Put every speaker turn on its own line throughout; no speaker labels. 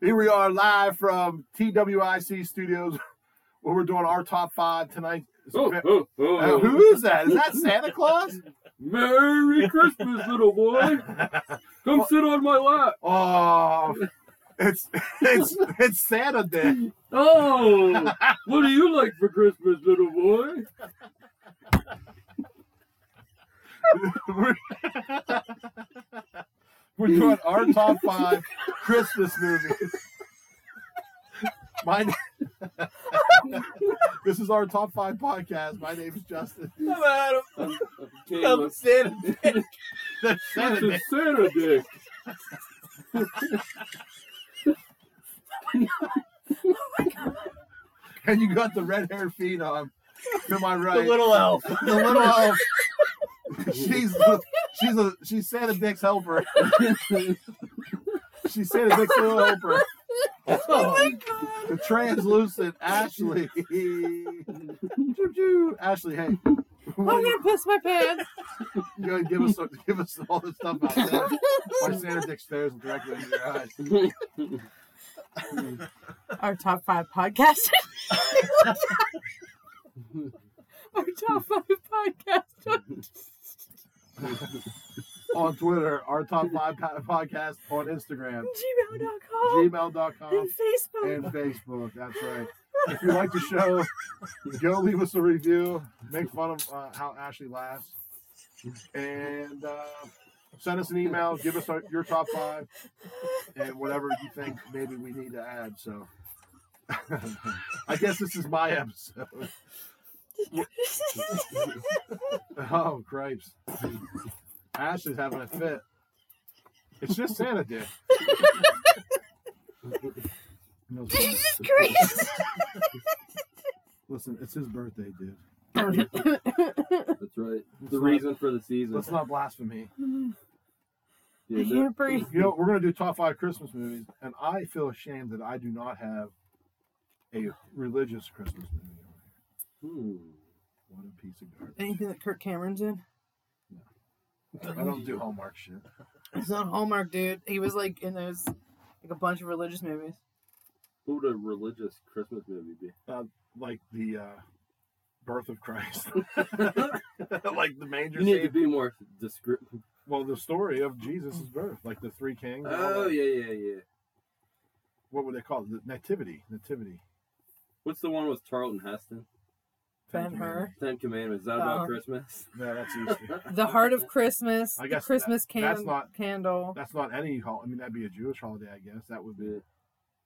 We are live from TWIC Studios, where we're doing our top five tonight.
Oh, oh, oh.
Uh, who is that? Is that Santa Claus?
Merry Christmas, little boy. Come sit on my lap.
Oh, it's it's it's Santa Day.
Oh, what do you like for Christmas, little boy?
We're, we're doing our top five Christmas movies. My na- this is our top five podcast. My name's Justin.
I'm Adam.
I'm, I'm
I'm
Caleb.
Santa.
That's Santa
That's
Day.
a Santa dick.
and you got the red haired feet on to my
The
right.
little elf.
the little uh, elf. she's she's a she's Santa Dick's helper. she's Santa Dick's little helper. Oh Um, The translucent Ashley. Choo-choo. Ashley, hey. what do you-
piss my pants.
you gotta give us give us all the stuff out there. Why Santa Dick stares directly into your eyes.
our top five podcast. our top five podcast.
On Twitter, our top five po- podcast on Instagram, Oh.
Gmail.com
gmail.com,
and Facebook.
and Facebook. That's right. If you like the show, go leave us a review. Make fun of uh, how Ashley laughs, and uh, send us an email. Give us our, your top five and whatever you think maybe we need to add. So, I guess this is my episode. Oh cripes! Ashley's having a fit. It's just Santa Dick.
Jesus Christ.
Listen, it's his birthday, dude.
That's right. The
not-
reason for the season.
Let's not blasphemy.
I
Yeah,
can't breathe.
You know, we're gonna do top five Christmas movies, and I feel ashamed that I do not have a religious Christmas movie. on here.
hmm.
What a piece of garbage!
Anything that Kirk Cameron's in?
I don't do Hallmark shit.
It's not Hallmark, dude. He was like in those, like a bunch of religious movies.
What would a religious Christmas movie be?
Like the uh, Birth of Christ, like the manger
You need to
scene.
be more descriptive.
Well, the story of Jesus' birth, like the three kings. and all
Oh,
that.
yeah, yeah, yeah.
What were they called? The nativity. Nativity.
What's the one with Charlton Heston?
Thank
Ben
you,
Hur.
Ten Commandments. Is that about
Uh-huh.
Christmas?
man. No, that's easy.
The Heart of Christmas.
I
The
guess
Christmas
that's
can-
not-
candle.
That's not any hol. I mean, that'd be a Jewish holiday, I guess. That would be.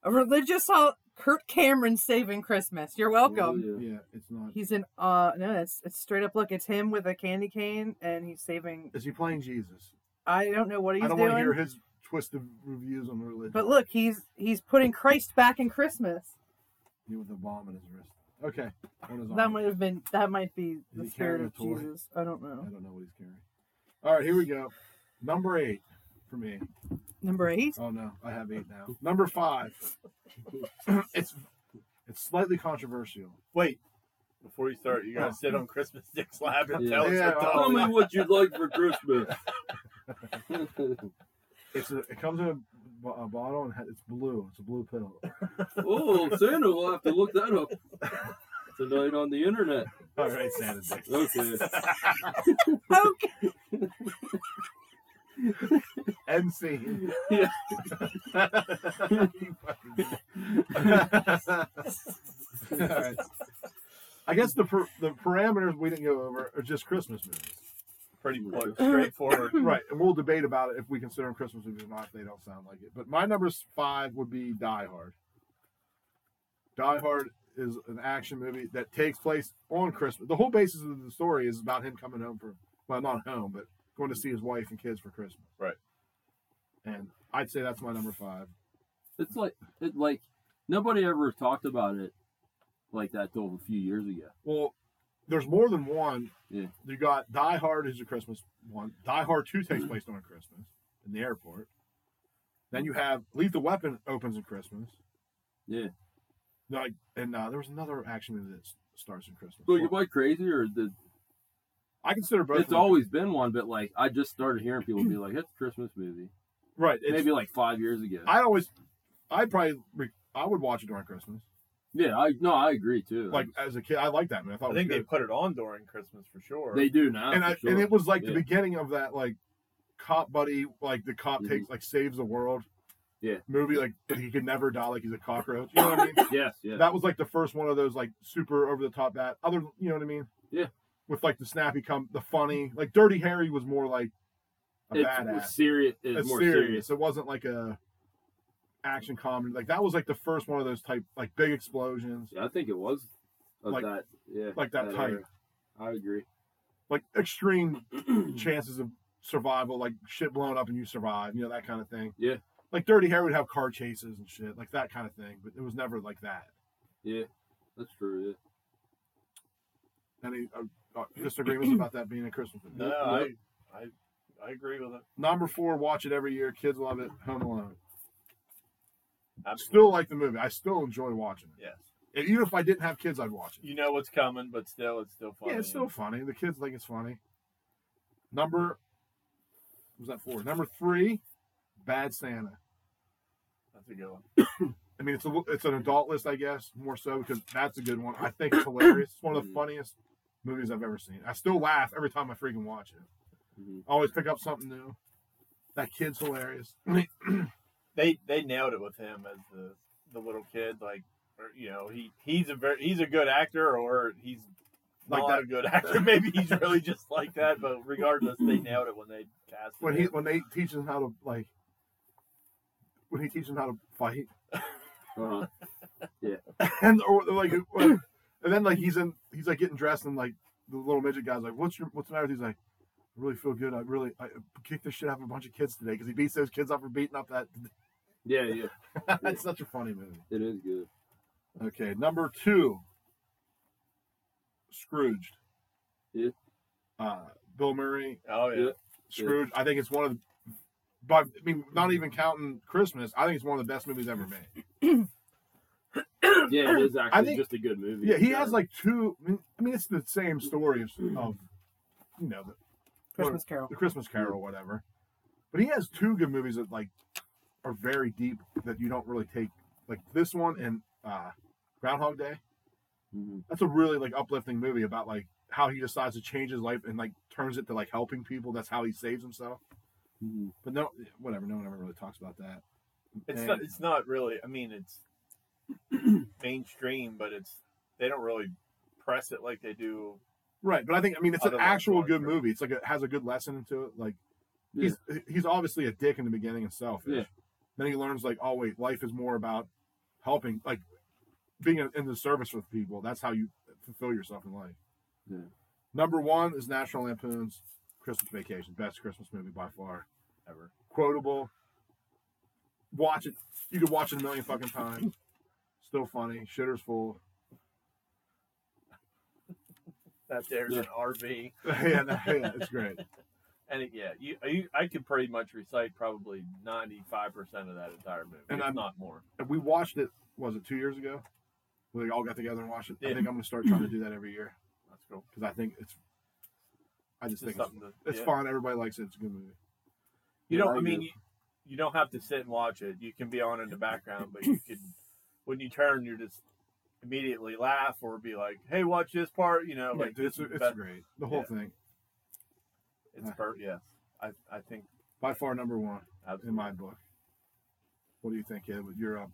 a religious hol- Kurt Cameron saving Christmas. You're welcome.
Oh, yeah.
Yeah, it's not.
He's in uh no, it's it's straight up look, it's him with a candy cane and he's saving
Is he playing Jesus?
I don't know what he's
I don't want to
doing.
hear his twisted reviews on religion.
But look, he's he's putting Christ back in Christmas.
he with a bomb in his wrist. Okay, on his
That
arm.
might have been that might be the
he
spirit
carrying
of
a toy?
Jesus. I don't
I
know.
don't know what he's carrying. All right, here we go. Number eight for me.
Number eight.
Oh no, I have eight now. Number five. it's it's slightly controversial.
Wait. Before you start, you
Oh.
gotta sit on Christmas Dick's lap and
Yeah.
tell us
Yeah,
what
oh,
Tell
the
me what you'd like for Christmas.
It's a, it comes in a, bo- a bottle and ha- it's blue. It's a blue pill.
oh, Santa will have to look that up tonight on the internet.
All right, Santa Dick.
Okay.
Okay.
End scene.
Yeah.
Alright. I guess the per- the parameters we didn't go over are just Christmas movies,
pretty much straightforward.
right? And we'll debate about it if we consider them Christmas movies or not. If they don't sound like it, but my number s- five would be Die Hard. Die Hard is an action movie that takes place on Christmas. The whole basis of the story is about him coming home for well, not home, but going to see his wife and kids for Christmas.
Right.
And I'd say that's my number five.
It's like it like nobody ever talked about it like that till a few years ago.
Well, there's more than one.
Yeah.
You got Die Hard is a Christmas one. Die Hard Two takes place on Christmas in the airport. Then you have Lethal Weapon opens in Christmas.
Yeah.
Like, and uh, there was another action movie that s- starts in Christmas.
Look, am I crazy or the,
I consider both. of
it's
them-
always been one, but like I just started hearing people be like, "It's a Christmas movie."
right. It's,
Maybe like five years ago.
I always I'd probably re- I would watch it during Christmas.
Yeah, I no, I agree too.
Like as a kid, I liked that man. I thought
I
it
think
was
they
good.
put it on during Christmas for sure.
they do now.
and
for
I,
sure.
and it was like the
Yeah.
beginning of that like cop buddy, like the cop
Mhm.
takes like saves the world.
Yeah.
Movie like but he can never die like he's a cockroach. You know what I mean?
yes, yeah.
That was like the first one of those like super over the top that other you know what I mean?
Yeah.
With like the snappy come the funny like Dirty Harry was more like a
it's
badass.
serious. It's,
It's
more
serious.
serious.
It wasn't like a action comedy. Like that was like the first one of those type like big explosions.
Yeah, I think it was of
Like-
that. Yeah,
like that type.
era. I agree.
Like extreme
Mm-hmm.
chances of survival, like shit blown up and you survive, you know, that kind of thing.
Yeah.
Like Dirty Harry would have car chases and shit, like that kind of thing. But it was never like that.
Yeah, that's true.
Any uh, uh, disagreements about that being a Christmas movie?
no, I, I, I agree with it.
Number four, watch it every year. Kids love it. Home Alone. I
Absolutely.
still like the movie. I still enjoy watching it.
Yes.
And even if I didn't have kids, I'd watch it.
You know what's coming, but still, it's still funny.
Yeah, it's still funny. The kids think it's funny. Number what was that four? Number three, Bad Santa.
That's a good one.
I mean, it's a it's an adult list, I guess, more so because that's a good one. I think it's hilarious. It's one of the
Mhm.
funniest movies I've ever seen. I still laugh every time I freaking watch it.
Mhm.
I always pick up something new. That kid's hilarious.
They they nailed it with him as the the little kid. Like, or, you know, he he's a very he's a good actor, or he's
Like
not
that-
a good actor. Maybe he's really just like that. But regardless, they nailed it when they cast
when
him.
he when they teach him how to like when he teaches him how to fight
Yeah. Uh-huh.
and or like and then like he's in he's like getting dressed and like the little midget guy's like what's your what's the matter with you?" he's like I really feel good I really I kicked the shit out of a bunch of kids today because he beats those kids up for beating up that
Yeah, yeah.
that's such a funny movie
It is good.
okay number two Scrooged
Yeah.
uh Bill Murray
Oh yeah.
Yeah.
Scrooge. I think it's one of the, but I mean, not even counting Christmas, I think it's one of the best movies ever made.
Yeah, it is actually
think-
just a good movie.
Yeah, he
in
has
general.
like two. I mean, I mean, it's the same story of, of you know, the,
Christmas Carol.
the Christmas Carol, or whatever. But he has two good movies that like are very deep that you don't really take, like this one and uh, Groundhog Day.
Mhm.
That's a really like uplifting movie about like how he decides to change his life and like turns it to like helping people. That's how he saves himself.
Mhm.
But no, whatever. No one ever really talks about that.
It's
And-
not. It's not really. I mean, it's mainstream, but it's they don't really press it like they do.
Right, but I think I mean it's an
Other
actual
ones
good
are-
movie. It's like it has a good lesson into it. Like he's he's obviously a dick in the beginning and selfish.
Yeah.
Then he learns like, oh wait, life is more about helping, like being in the service with people. That's how you fulfill yourself in life.
Yeah.
Number one is National Lampoon's Christmas Vacation, best Christmas movie by far ever. Quotable. Watch it. You could watch it a million fucking times. Still funny. Shitter's full.
That there's
Yeah.
an RV,
yeah, no, yeah, it's great.
and it, yeah, you, you I could pretty much recite probably ninety five percent of that entire movie,
And
if
I'm-
not more.
And we watched it. Was it two years ago? We all got together and watched it. I
Yeah.
think I'm gonna start trying to do that every year
That's cool.
because I think it's. I just think it's,
It's just something to,
it's
yeah.
fun. Everybody likes it. It's a good movie.
You
Yeah,
don't.
I
I mean,
do.
you, you don't have to sit and watch it. You can be on in the background, but you can when you turn, you're just immediately laugh or be like, "Hey, watch this part." You know,
Yeah,
like
dude,
this
it's,
is
it's
best-
great. The whole thing,
It's per- yeah. I I think
by far number one in
absolutely.
my book. What do you think, Ed? With your um,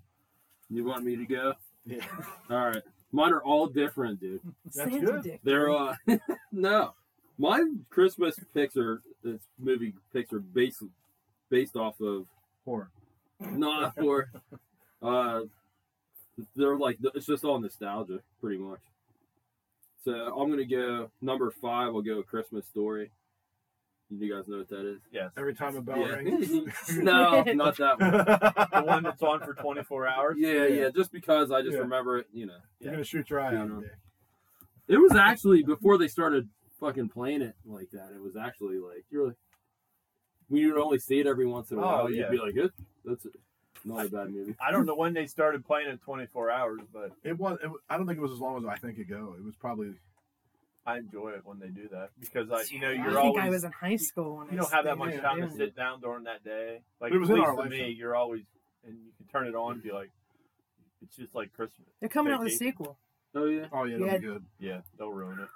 You want me to go?
yeah,
All right. Mine are all different, dude.
That's
Santa
good.
Dick.
They're uh no. My Christmas picks are this movie picks are based based off of
horror.
not for uh they're like it's just all nostalgia pretty much. So I'm gonna go number five. I'll go Christmas Story. You guys know what that is?
Yes.
Every time a bell rings.
Yeah. no, not that one.
the one
You're
that's on for 24 hours.
Yeah, yeah. Just because I just
Yeah.
remember it, you know.
gonna shoot your eye out.
Yeah.
Dick.
It was actually before they started fucking playing it like that. It was actually like you're like when you would only see it every once in a
Oh,
while. You'd
yeah.
be like, "Good, that's a, not a bad movie."
I don't know when they started playing it 24 hours, but
It was. It, I don't think it was as long as I think ago. It was probably.
I enjoy it when they do that because I, you know,
I
you're
think I
always
was in high school when
you
I
don't have that
stayed
much
there.
time
Yeah.
to sit down during that day. Like
It was
at
in
least
our
to me,
lifetime.
you're always and you can turn it on and be like, it's just like Christmas.
They're coming out with a
Vacation.
sequel.
Oh yeah.
Oh yeah, that'll
Yeah.
be good.
Yeah, they'll ruin it.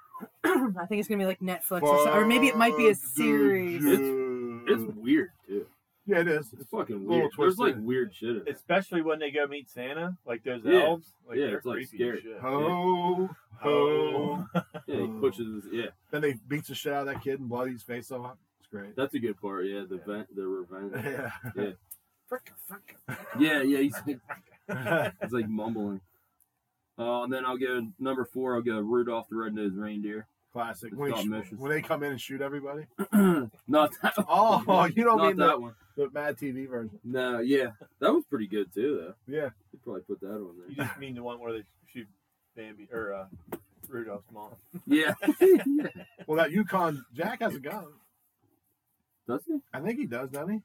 I think it's gonna be like Netflix, or, so, or maybe it might be a
Fuck, dude,
series.
It's
dude.
weird too.
yeah, it is.
It's fucking
a
weird.
Mm. little
There's like
twisted.
weird shit in it.
Especially when they go meet Santa, like those
Yeah.
elves. Like,
Yeah,
they're
it's, like,
creepy
scary.
as shit.
Ho ho.
Yeah, he pushes. Yeah,
Then they beats the shit out of that kid and bloodies his face off. It's great.
that's a good part. Yeah, the
Yeah.
vent, the revenge.
Yeah.
Frick, frick.
Yeah, yeah. He's like, he's like mumbling. Uh, and then I'll go number four. I'll go Rudolph the Red-Nosed Reindeer.
Classic.
It's
When they,
got
sh-
missions.
when they come in and shoot everybody.
Not that.
Oh, you don't
Not
mean
that
the,
one.
the Mad TV version.
No, yeah, that was pretty good too, though.
Yeah.
You probably put that on
You
there.
just mean the one where they shoot Bambi or uh, Rudolph's mom.
Yeah.
Well, that Yukon Jack has a gun.
Does he?
I think he does, doesn't he?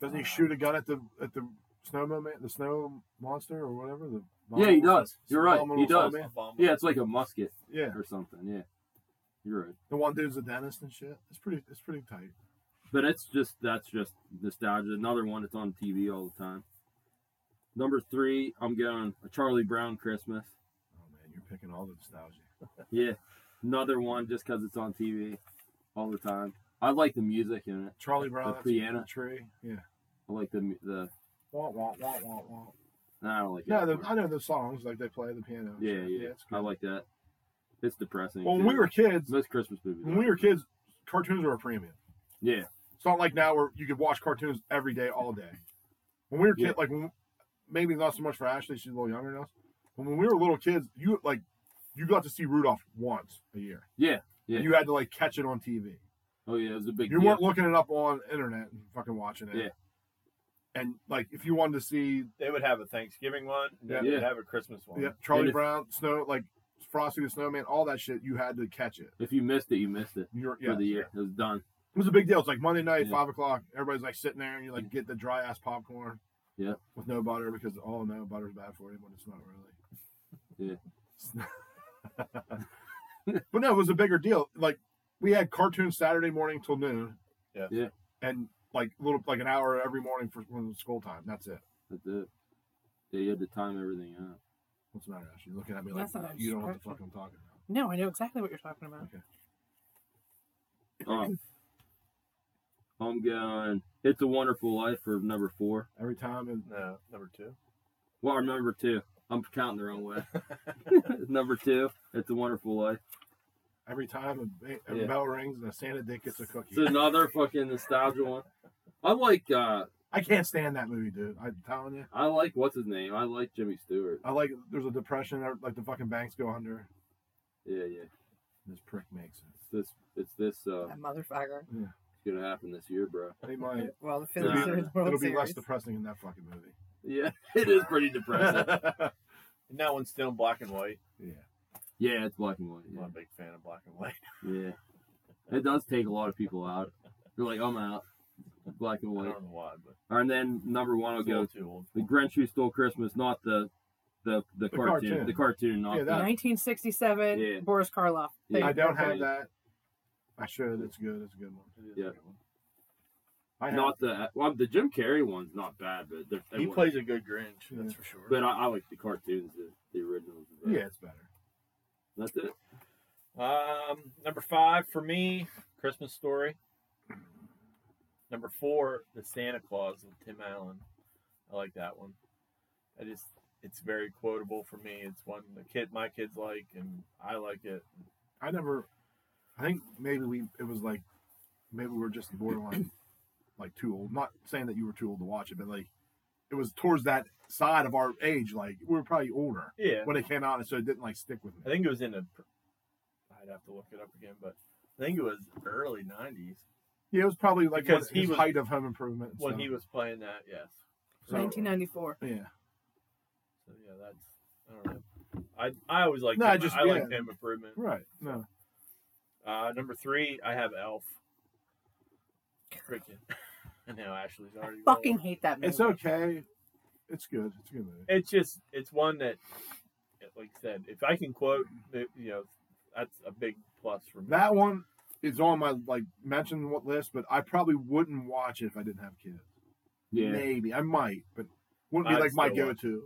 Doesn't he
Uh,
shoot a gun at the at the snowman, the snow monster or whatever? The
Yeah, he does. You're right.
Abominable
He does.
snowman?
Obama.
Yeah, it's like a musket
Yeah,
or something. Yeah. You're right.
the one dude's a dentist and shit. It's pretty. It's pretty tight.
But it's just that's just nostalgia. Another one that's on TV all the time. Number three, I'm going a Charlie Brown Christmas.
Oh man, you're picking all the nostalgia.
Yeah, another one just because it's on TV all the time. I like the music in it.
Charlie Brown,
The
that's a
piano.
tree. Yeah.
I like the mu- the.
Wah, wah, wah, wah, wah.
Nah, I don't like
Yeah,
it.
the, I know the songs like they play the piano. and
yeah, yeah,
shit. it's good.
I like that. It's depressing.
Well, when
too.
we were kids,
most Christmas movies.
when
are.
we were kids, cartoons were a premium.
yeah,
It's not like now where you could watch cartoons every day, all day. When we were kids,
Yeah.
like when, maybe not so much for Ashley, she's a little younger than us. But when we were little kids, you like you got to see Rudolph once a year.
Yeah, yeah.
You had to like catch it on TV.
oh yeah, it was a big.
you
deal.
weren't looking it up on internet and fucking watching it.
Yeah.
And like if you wanted to see
They would have a Thanksgiving one, and then
Yeah.
they'd have a Christmas one.
yeah, Charlie
And if-
Brown, Snow, like Frosty the Snowman, all that shit, you had to catch it.
If you missed it, you missed it
You're,
for
yeah,
the year. It was done.
It was a big deal. It's like Monday night,
Yeah.
five o'clock. Everybody's like sitting there, and you like get the dry ass popcorn.
Yeah.
With no butter because oh no, butter's bad for you, but it's not really. Yeah. but no, it was a bigger deal. Like we had cartoons Saturday morning till noon.
Yeah.
Yeah.
And like little like an hour every morning for when it's school time. That's it.
That's it. Yeah, you had to time everything out.
What's the matter, Ash? You're looking at me like
That's not a
you don't know what the fuck
description.
I'm talking about.
No, I know exactly what you're talking about.
Um, I'm going. It's a Wonderful Life for number four.
Every time and
No, number two.
Well, or number two. I'm counting the wrong way. number two. It's a Wonderful Life.
every time a, ba- a
Yeah.
bell rings and a Santa dick gets a cookie.
It's another fucking nostalgia one. I like. uh
I can't stand that movie, dude. I'm telling you.
I like what's his name. I like Jimmy Stewart.
I like there's a depression, or, like the fucking banks go under.
Yeah, yeah.
This prick makes
It's this. It's this. uh
That motherfucker.
It's gonna happen this year, bro.
it. They might.
Well, the Phillies
It'll be,
are in the World
it'll be
Series.
less depressing in that fucking movie.
Yeah, it is pretty depressing.
And that one's still in black and white.
Yeah.
yeah, it's black and white.
I'm
Yeah.
not a big fan of black and white.
Yeah. It does take a lot of people out. They're like, I'm out. Black and
I
white.
don't know why, but
Uh-huh.
And then number one will
it's a little
go
too old.
The Grinch Who Stole Christmas, not the the, the, cartoon,
cartoon.
The cartoon, not
Yeah,
the,
that-
1967.
Yeah.
Boris Karloff.
Yeah.
There
I
you
don't
go.
have that. I should. It's good. It's a good one.
It is a
Yeah.
good one.
I have.
not the well the Jim Carrey one's not bad, but they're- they
He
were-
plays a good Grinch,
Yeah.
that's for sure.
But I, I like the cartoons, the, the originals. but
yeah, it's better.
that's it.
Um, number five for me, Christmas Story. Number four, The Santa Claus with Tim Allen. I like that one. I just, it's very quotable for me. It's one the kid, my kids like, and I like it.
I never. I think maybe we. It was like maybe we were just borderline like too old. Not saying that you were too old to watch it, but like it was towards that side of our age. Like we were probably older
Yeah,
when it came out, and so it didn't like stick with me.
I think it was in the. I'd have to look it up again, but I think it was early '90s
yeah, it was probably like
Because
when
he
his
was-
height of Home Improvement. and
when
stuff.
he was playing that. Yes.
So-
1994.
Yeah.
So yeah, that's. I don't know. I I always like.
No,
I
I just-
I like
yeah.
Tim Improvement.
Right. No.
Uh, number three, I have Elf. Freaking. I know Ashley's
I
already.
fucking
rolling.
hate that movie.
It's okay. It's good. It's a good movie.
It's just it's one that, like I said, if I can quote, the- you know, that's a big plus for me.
That one is on my like mention what list, but I probably wouldn't watch it if I didn't have kids.
Yeah.
Maybe I might, but wouldn't be
I'd
like my
still watch
go-to.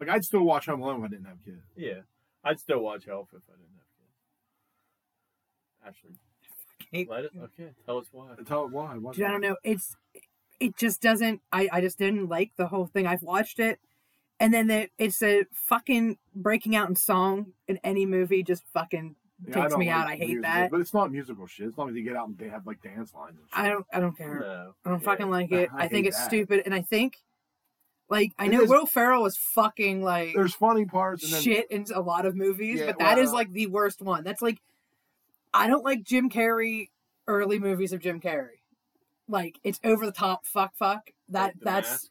Like I'd still watch Home Alone if I didn't have kids.
Yeah, I'd still watch Elf if I didn't have kids. Ashley, let it. Okay, tell us why.
Tell it why. why
Dude, I don't know. It's it just doesn't. I I just didn't like the whole thing. I've watched it, and then the, it's a fucking breaking out in song in any movie. Just fucking.
Yeah,
takes
don't
me out. I hate
musicals,
that.
But it's not musical shit. As long as they get out and they have like dance lines. And shit.
I don't. I don't care.
No,
I don't
yeah.
fucking like it.
I
I, think
hate
it's
that.
stupid, and I think, like, I
It
know
is-
Will Ferrell was fucking like
There's funny parts and then
shit in a lot of movies,
Yeah,
but that is
well-
like the worst one. That's like, I don't like Jim Carrey early movies of Jim Carrey. Like it's over the top, fuck, fuck. That
Like The
that's
Mask?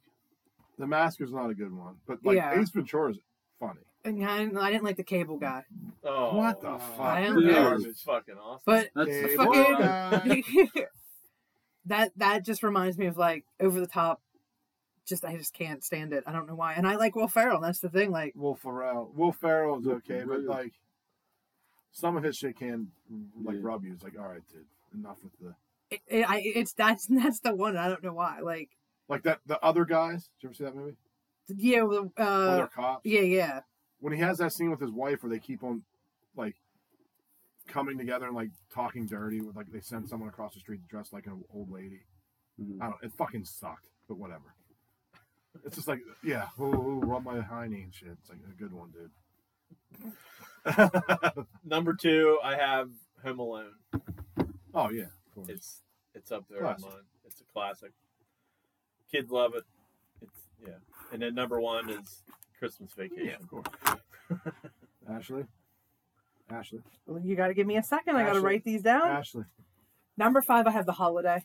The Mask is not a good one. But like
Yeah.
Ace Ventura is funny.
and I, didn't- I didn't like the Cable Guy,
Oh,
what the fuck?
I
That
don't
You're
know.
garbage.
was fucking awesome.
but
That's
Cable
fucking-
guy.
that that just reminds me of like over the top. Just I just can't stand it. I don't know why. And I like Will Ferrell. That's the thing. Like
Will Ferrell. Will Ferrell is
Will
okay, but
Ferrell.
like some of his shit can like
Yeah.
rub you. It's like, all right, dude, enough with the
it, it, I, it's that's that's the one. I don't know why. Like
like that. The other guys. Did you ever see that movie?
yeah, well,
Other
uh,
cops.
yeah, yeah.
When he has that scene with his wife, where they keep on like coming together and like talking dirty, with like they send someone across the street dressed like an old lady.
Mm-hmm.
Mhm.
I don't. It fucking sucked, but whatever. It's just like, yeah, ooh, ooh, rub my hiney and shit. It's like a good one, dude.
number two, I have Home Alone.
Oh yeah, of course.
It's it's up there
Classic.
in mine. It's a classic. Kids love it. It's yeah. And then number one is Christmas Vacation.
yeah, of course. Ashley, Ashley,
Well, You got to give me a second. I got to
Ashley.
write these down.
Ashley.
Number five, I have the holiday.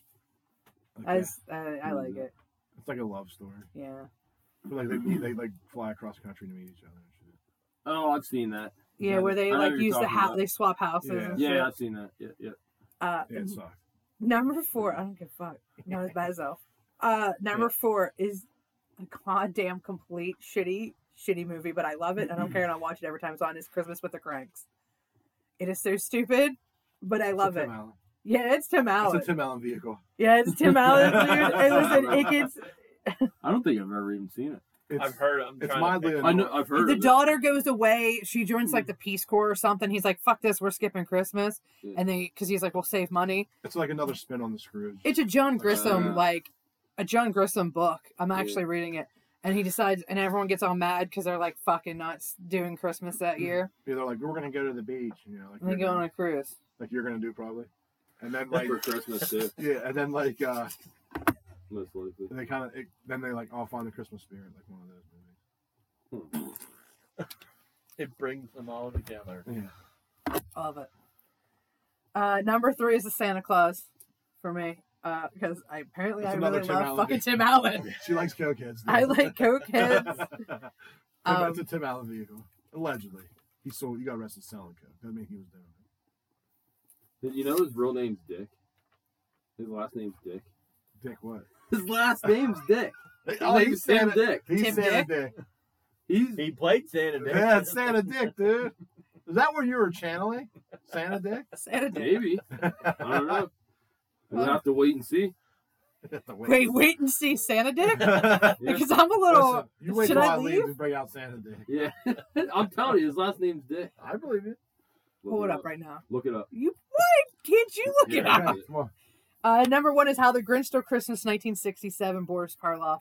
Okay.
As uh, I like it.
It's like a love story.
Yeah.
But like they meet, they like fly across the country to meet each other. And shit.
Oh, I've seen that.
Yeah, where they
I know
like
what you're
use the
talking
house,
about.
they swap houses.
Yeah.
and shit.
Yeah, I've seen that. Yeah, yeah.
Uh,
Yeah, it sucked.
number four,
Mm-hmm.
I don't give a fuck. Not as bad as Elf. Uh, number four is a goddamn complete shitty, shitty movie, but I love it. I don't care, and I watch it every time it's on. Is Christmas with the Cranks? It is so stupid, but I
It's a
love it.
Tim Allen.
Yeah, it's Tim Allen.
It's a Tim Allen vehicle.
yeah, it's Tim Allen, dude. And listen, it gets
I don't think I've ever even seen it.
It's,
I've heard. I'm
it's
trying
mildly
to think.
I know I've heard
the
of it.
daughter goes away. She joins
Mm.
like the Peace Corps or something. He's like, "Fuck this, we're skipping Christmas,"
Yeah.
and they because he's like, "We'll save money."
it's like another spin on the Scrooge.
It's a John Grissom
Uh.
like a John Grissom book. I'm
Yeah.
actually reading it, and he decides, and everyone gets all mad because they're like fucking not doing Christmas that year.
Yeah, they're like, we're gonna go to the beach, you know, like
And they
you're
go on
gonna,
a cruise.
like you're gonna do probably, and then like
for Christmas too,
yeah, and then like uh
most likely.
they kind of then they like all find the Christmas spirit, like one of those movies.
it brings them all together.
I love it. Uh, number three is the Santa Claus for me uh, because I apparently
That's
I
another
really
Tim
love
Allen
fucking
vehicle.
Tim Allen.
She likes cokeheads.
I
dude.
like cokeheads.
Tim-
Um,
it's a Tim Allen vehicle, allegedly. He sold. He got arrested selling coke. Doesn't mean he was doing it.
You know his real name's Dick. His last name's Dick.
Dick what?
His last name's Dick.
Oh, he's
His name's Sam
Santa.
Dick.
He's
Tim
Santa Dick.
He's
He played Santa. didn't he?
Yeah, it's Santa Dick, dude. Is that where you were channeling Santa Dick?
Santa Day.
maybe. I don't know. We'll have to wait and see.
Wait, wait and see Santa Dick.
Listen,
Yeah.
Because I'm a little.
you wait
should
till
I
I leave
leave?
and bring out Santa Dick.
Yeah, I'm telling you, his last name's Dick.
I believe it.
Look
Pull
it
it up right now.
Look it up.
You what? Can't you look it
Yeah.
up?
Come on.
Uh, number one is How the Grinch Stole Christmas, 1967. Boris Karloff,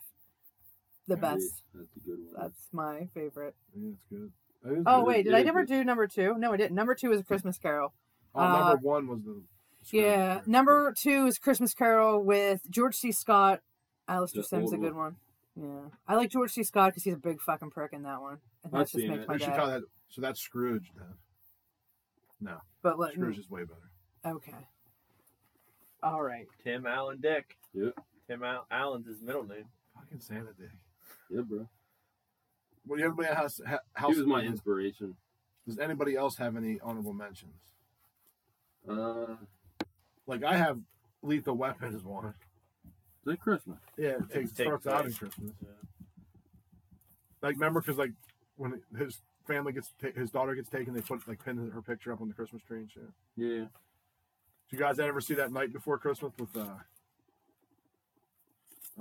the
Yeah,
best.
That's a good one.
That's my favorite.
Yeah, it's good. That is
Oh
good.
wait, did
yeah,
I never
good.
do number two? No, I didn't. Number two is A Christmas Carol.
Oh,
uh,
number one was the. Scrooge.
Yeah. Number two is Christmas Carol with George C. Scott. Alistair
The
Sims a
old
good one. Yeah, I like George C. Scott because he's a big fucking prick in that one, and that
I've
just
seen
makes
it.
my
We should call
day.
that. So that's Scrooge. Then.
But let
Scrooge is way better.
okay. All right.
Tim Allen Dick.
Yeah.
Tim Al- Allen's his middle name.
Fucking Santa Dick.
Yeah, bro.
Well, do everybody has ha- house.
He was my inspiration.
Does anybody else have any honorable mentions?
Uh,
Like I have Lethal Weapon is one.
is it Christmas?
Yeah, it takes,
takes
starts out in
place.
Christmas.
Yeah.
Like remember, because like when his family gets ta- his daughter gets taken, they put like pin her picture up on the Christmas tree and shit.
Yeah.
Do you guys ever see that night before Christmas with uh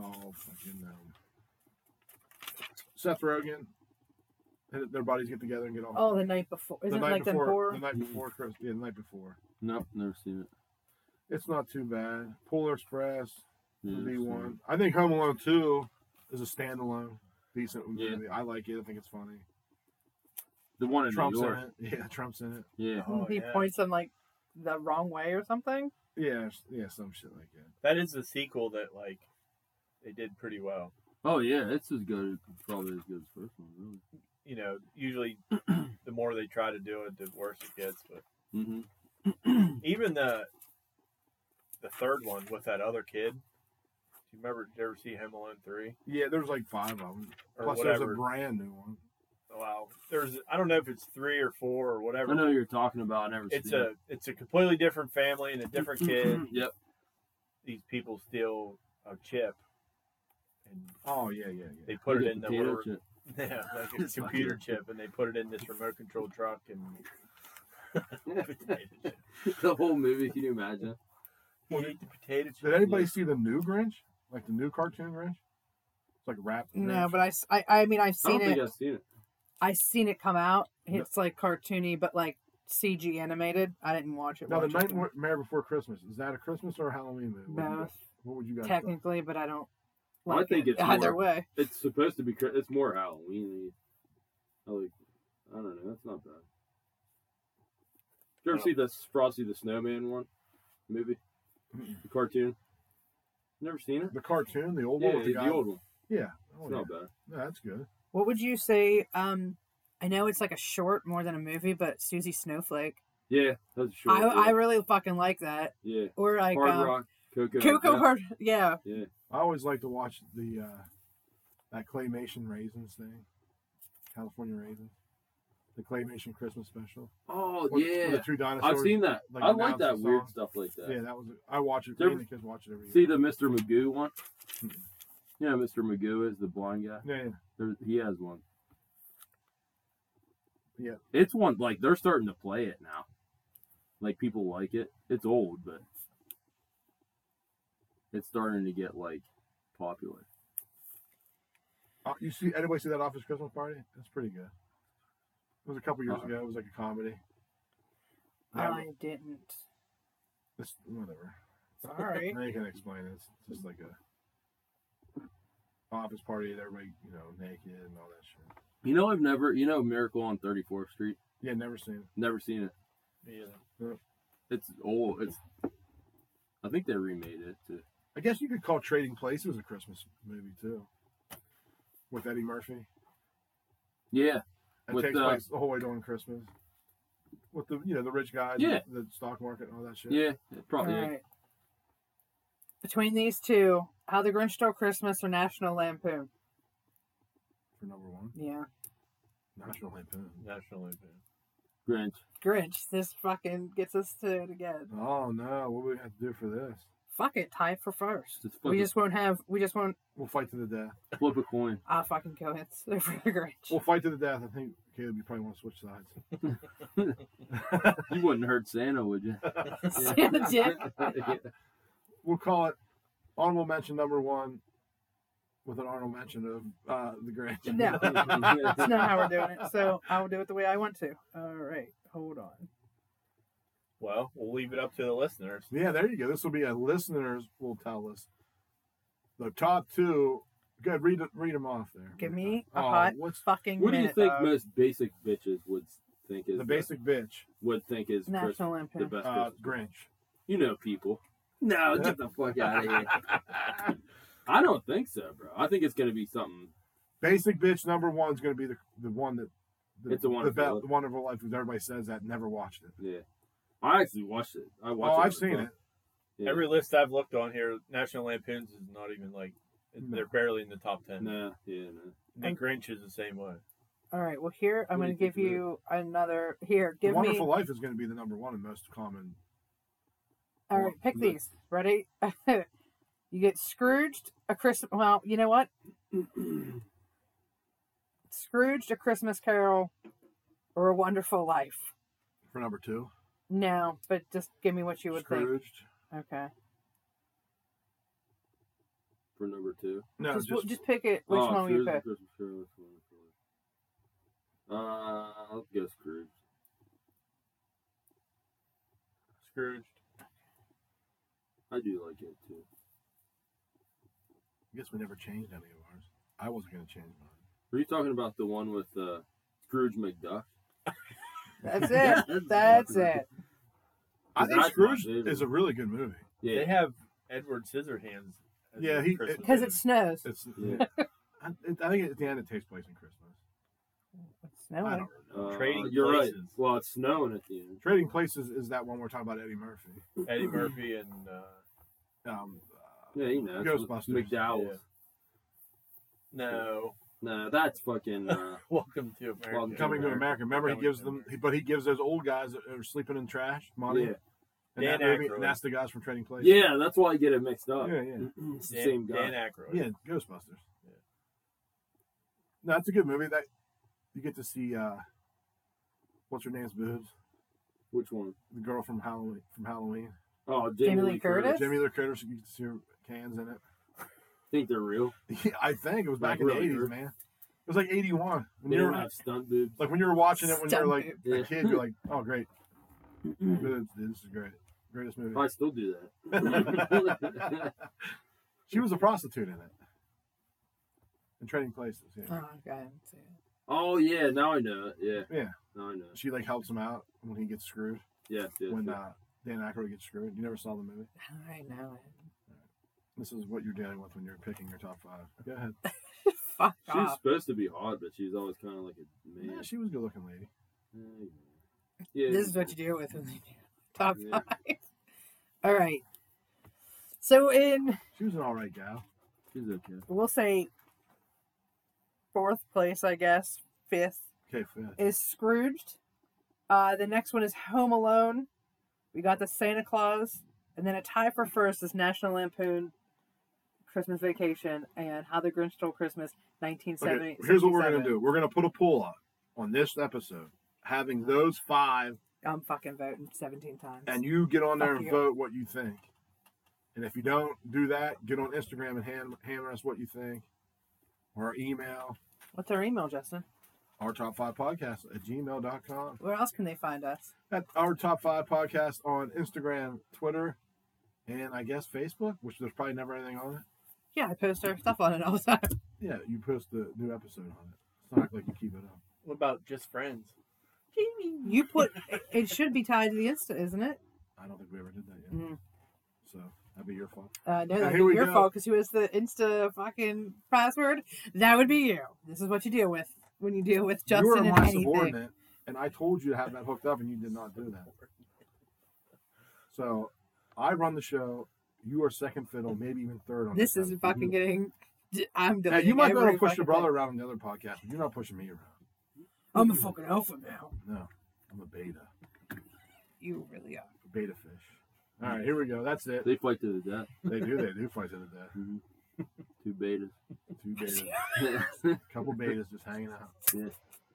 Oh, fucking no. Seth Rogen. And their bodies get together and get on.
Oh, the night before. Isn't it like the horror?
the night before Christmas. Yeah, the night before.
Nope, never seen it.
It's not too bad. Polar Express would
Never
be
seen it.
one. I think Home Alone Two is a standalone, decent
Yeah.
movie. I like it. I think it's funny.
The one in
Trump's
New
in
York.
it. Yeah, Trump's in it.
Yeah.
Oh,
he
yeah.
points them like the wrong way or something.
Yeah, s- yeah, some shit like that.
That is the sequel that like they did pretty well.
Oh yeah, it's as good. Probably as good as the first one,
You know, usually the more they try to do it, the worse it gets. But
really. hmm
even the the third one with that other kid. Do you remember? Did you ever see Home Alone three
Yeah, there's like five of them.
or
Plus, there's
whatever? Oh,
a brand new one.
wow, there's I don't know if it's three or four or whatever.
I know you're talking about. I never
it's
seen
a it's a completely different family and a different kid.
it. Yep.
These people steal a chip and
Oh yeah, yeah, yeah.
they
You
put it
get
in the
potato
little-
chip.
yeah, like a
It's fucking-
computer chip, and they put it in this remote control truck and.
the whole movie. Can you imagine?
He ate the potato chip.
Did anybody see the new Grinch? Like the new cartoon Grinch? It's like rap.
No, but I, s- I, I mean, I've
I don't
seen
think
it.
I've seen it.
I've seen it come out.
No.
It's like cartoony, but like CG animated. I didn't watch it.
now the
watch it.
Nightmare Before Christmas is that a Christmas or a Halloween movie? What do you
Both.
guys- What would you guys? think?
technically, but I don't.
I think it's
either
more-
way.
It's supposed to be. cr- It's more Halloween. I like. I don't know. That's not bad. Did you ever
No.
see the Frosty the Snowman one movie?
Mm-mm.
The cartoon. Never seen it.
The cartoon, the old
yeah,
one with the
the,
guy.
old one.
Yeah.
It's
Oh, yeah.
not bad.
No, that's good.
What would you say? Um, I know it's like a short more than a movie, but Susie Snowflake.
Yeah, that's sure.
I,
yeah.
I really fucking like that.
yeah.
Or like
Hard
um,
Rock, Coco.
Coco
yeah.
Hard. Yeah,
I always like to watch the uh that claymation raisins thing, California raisins, the claymation Christmas special.
Oh
Or- or
yeah,
the two dinosaurs.
I've seen that.
like,
I like
announce
that
the
weird
song.
stuff like that.
Yeah, that was. I watch it.
There-
me and the kids watch it every
See
year.
the Mr. Magoo one?
Mm-mm.
Yeah, Mr. Magoo is the blind guy.
Yeah, yeah.
There, he has one.
Yeah.
It's one like they're starting to play it now. Like people like it. It's old, but it's starting to get like popular.
Uh, you see anybody see that Office Christmas Party? That's pretty good. It was a couple years
Uh-uh.
ago. It was like a comedy. Yeah,
I didn't.
it's, whatever.
Sorry.
Now you can explain it. It's just like a office party. and Everybody, you know, naked and all that shit.
You know, I've never you know Miracle on 34th Street.
Yeah, never seen it.
Never seen it.
Yeah.
It's old. It's I think they remade it too.
I guess you could call Trading Places a Christmas movie too, with Eddie Murphy.
Yeah.
It
With uh,
takes
the-
place the whole way during Christmas. With the you know the rich guys,
Yeah.
the, the stock market, and all that shit.
Yeah. it
All
Probably.
right. Between these two, How the Grinch Stole Christmas or National Lampoon?
For number one,
Yeah,
National Lampoon.
National Lampoon.
Grinch.
Grinch. This fucking gets us to it again.
Oh no, what do we have to do for this?
Fuck it, tie for first.
Just flip,
We just won't have. We just won't.
We'll fight to the death.
a, flip a coin.
Ah, fucking go hits over the Grinch.
We'll fight to the death. I think Caleb, you probably want to switch sides.
You wouldn't hurt Santa, would you?
Santa dick.
we'll call it honorable mention number one with an honorable mention of uh, the Grinch.
No. That's not how we're doing it. So I will do it the way I want to. All right, hold on.
Well, we'll leave it up to the listeners.
Yeah, there you go. This will be a listeners will tell us the top two. Good, read it- read them off there.
Give me a
Oh,
hot
What's
Fucking.
what do you
minute,
think
dog.
most basic bitches would think is
the basic bitch?
would think is Chris,
National
the
Lampoon.
best?
Uh,
Christmas?
Grinch.
You know people. No, get the fuck out of here. I don't think so, bro. I think it's gonna be something.
Basic bitch number one is going to be the the one that the,
It's a
the,
Wonderful
be-
Life.
the wonderful life because everybody says that never watched it.
Yeah. I actually watched it. I watched.
oh,
it
I've seen it.
Yeah.
Every list I've looked on here, National Lampoons is not even like
No.
they're barely in the top ten.
Nah. Yeah. Nah.
And Grinch is the same way.
All right. Well, here I'm
What
going
do
to
you
give
think of it?
you another. Here, give
the wonderful
me.
life is going to be the number one and most common.
All right, pick
Mm.
these. Ready? you get Scrooged a Christmas. Well, you know what? Scrooged a Christmas Carol, or a Wonderful Life.
For number two,
No, but just give me what you would
Scrooged.
think. Okay.
for number two? Oh,
No,
just,
just,
just, pick it. Which one
one
will you pick?
Christmas Carol, this one, this one. Uh, I'll go Scrooge.
Scrooge.
I do like it too.
I guess we never changed any of ours. I wasn't going to change mine.
Were you talking about the one with uh, Scrooge McDuck?
That's it. That's it.
I think
That's my
Scrooge
favorite.
is a really good movie.
Yeah,
They have Edward Scissorhands. as
Yeah,
a
he-
Christmas
Because
dinner.
it snows.
It's
Yeah.
I, I think at the end it takes place in Christmas.
It's
I
snowing.
don't really know.
uh,
Trading
You're right.
Places.
Well, it's snowing at the end.
Trading Places is that one we're talking about Eddie Murphy.
Eddie Murphy and uh,
Um, uh,
Yeah, you know. it's
Ghostbusters.
McDowell's.
no,
No, that's fucking. Uh,
Welcome to America.
Welcome
Coming to America. Remember, he
Coming
gives
to
them,
America.
he, but he gives those old guys that are sleeping in trash money.
yeah.
And that
Dan
movie,
Aykroyd.
and that's the guys from Trading Places.
yeah, that's why I get it mixed up.
yeah, yeah,
It's the
Dan,
same guy.
Dan Aykroyd.
yeah. Ghostbusters.
Yeah.
No, that's a good movie. That you get to see. uh What's her name's boobs?
Which one?
The girl from Halloween. From Halloween.
Oh, Jamie,
Jamie Lee
Lee Curtis.
Yes.
Jamie Lee Curtis. You get to see her cans in it.
Think they're real?
Yeah, I think it was back
Like
in the
really
eighties,
good.
man. It was like eighty one. When
They
you
don't
were
have stunt boobs.
like when you were watching it when you were
Stunt
like
boob.
a
Yeah.
kid, you're like, oh great, good, this is great, greatest movie.
I still do that.
She was a prostitute in it. In Trading Places, yeah.
Oh, God. it's-
oh yeah, now I know. it. Yeah.
Yeah.
Now I know. it.
She like helps him out when he gets screwed.
Yes. Yes.
When
yes.
uh, Dan Aykroyd gets screwed. You never saw the movie.
I know it.
This is what you're dealing with when you're picking your top five. Go ahead.
Fuck
She's
off.
supposed to be hot, but she's always kind of like a
Yeah,
man.
she was a good looking lady.
Yeah.
This is what you deal with when you do top
Yeah.
five. All right. So in
She was an all right gal.
She's okay.
we'll say fourth place, I guess, fifth
Okay, fifth.
is Scrooged. Uh, the next one is Home Alone. We got the Santa Claus, and then a tie for first is National Lampoon, Christmas Vacation, and How the Grinch Stole Christmas, nineteen seventy.
Okay, here's what we're gonna do. We're gonna put a poll up on this episode, having
Uh-huh.
those five,
I'm fucking voting seventeen times.
and you get on there
Fuck
and
you.
vote what you think. And if you don't do that, get on Instagram and ham- hammer us what you think, or email
What's our email, Justin?
our top five podcast at gmail.com
Where else can they find us?
at our top five podcast on instagram twitter and i guess facebook which there's probably never anything on it
Yeah, I post our stuff on it all the time.
yeah you post the new episode on it it's not like you keep it up
What about just friends?
You put it, it should be tied to the Insta, isn't it?
i don't think we ever did that yet
Mm.
so that'd be your fault
Uh, no,
Now,
that'd
here
be
we
your
go.
fault because who has the Insta fucking password? That would be you. This is what you deal with when you deal with
you were
Justin and
my
anything.
subordinate and i told you to have that hooked up and you did not do that so i run the show you are second fiddle maybe even third on
This is
episode.
fucking getting. I'm
yeah,
deleting
you might be able
every
to push your
fucking
brother around in the other podcast, but you're not pushing me around.
thing. I'm a fucking alpha now.
No, I'm a beta.
You really are.
beta fish. All right, here we go. That's it.
They fight to the death. Mm-hmm.
They do. They do fight to the death.
Two betas.
Two betas, couple betas just hanging out.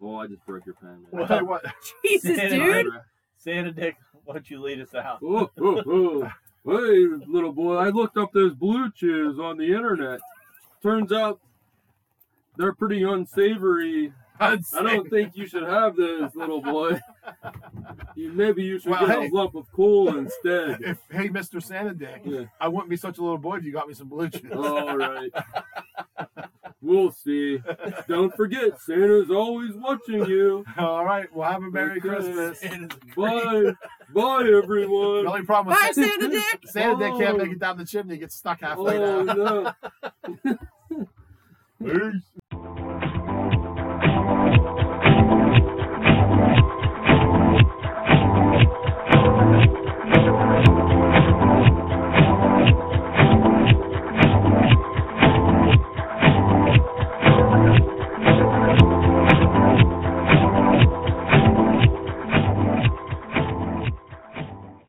oh, I just broke your pen.
Well,
Man.
tell you what.
Jesus,
Santa
dude.
Barbara. Santa Dick, why don't you lead us out?
oh, oh, oh. Hey, little boy, I looked up those blue chews on the internet. Turns out they're pretty unsavory.
I'd
I don't think you should have those, little boy. You, maybe you should
Well,
get
hey.
a lump of coal instead.
If hey, Mister Santa Dick,
Yeah.
I wouldn't be such a little boy if you got me some blue chews.
All right. We'll see. Don't forget, Santa's always watching you.
All right. Well, have a merry
Okay.
Christmas.
Bye. Bye, everyone.
The only problem
Bye,
with Santa,
Santa Dick.
Santa Dick can't
Oh.
make it down the chimney. He gets stuck halfway
Oh,
down.
no.
Peace.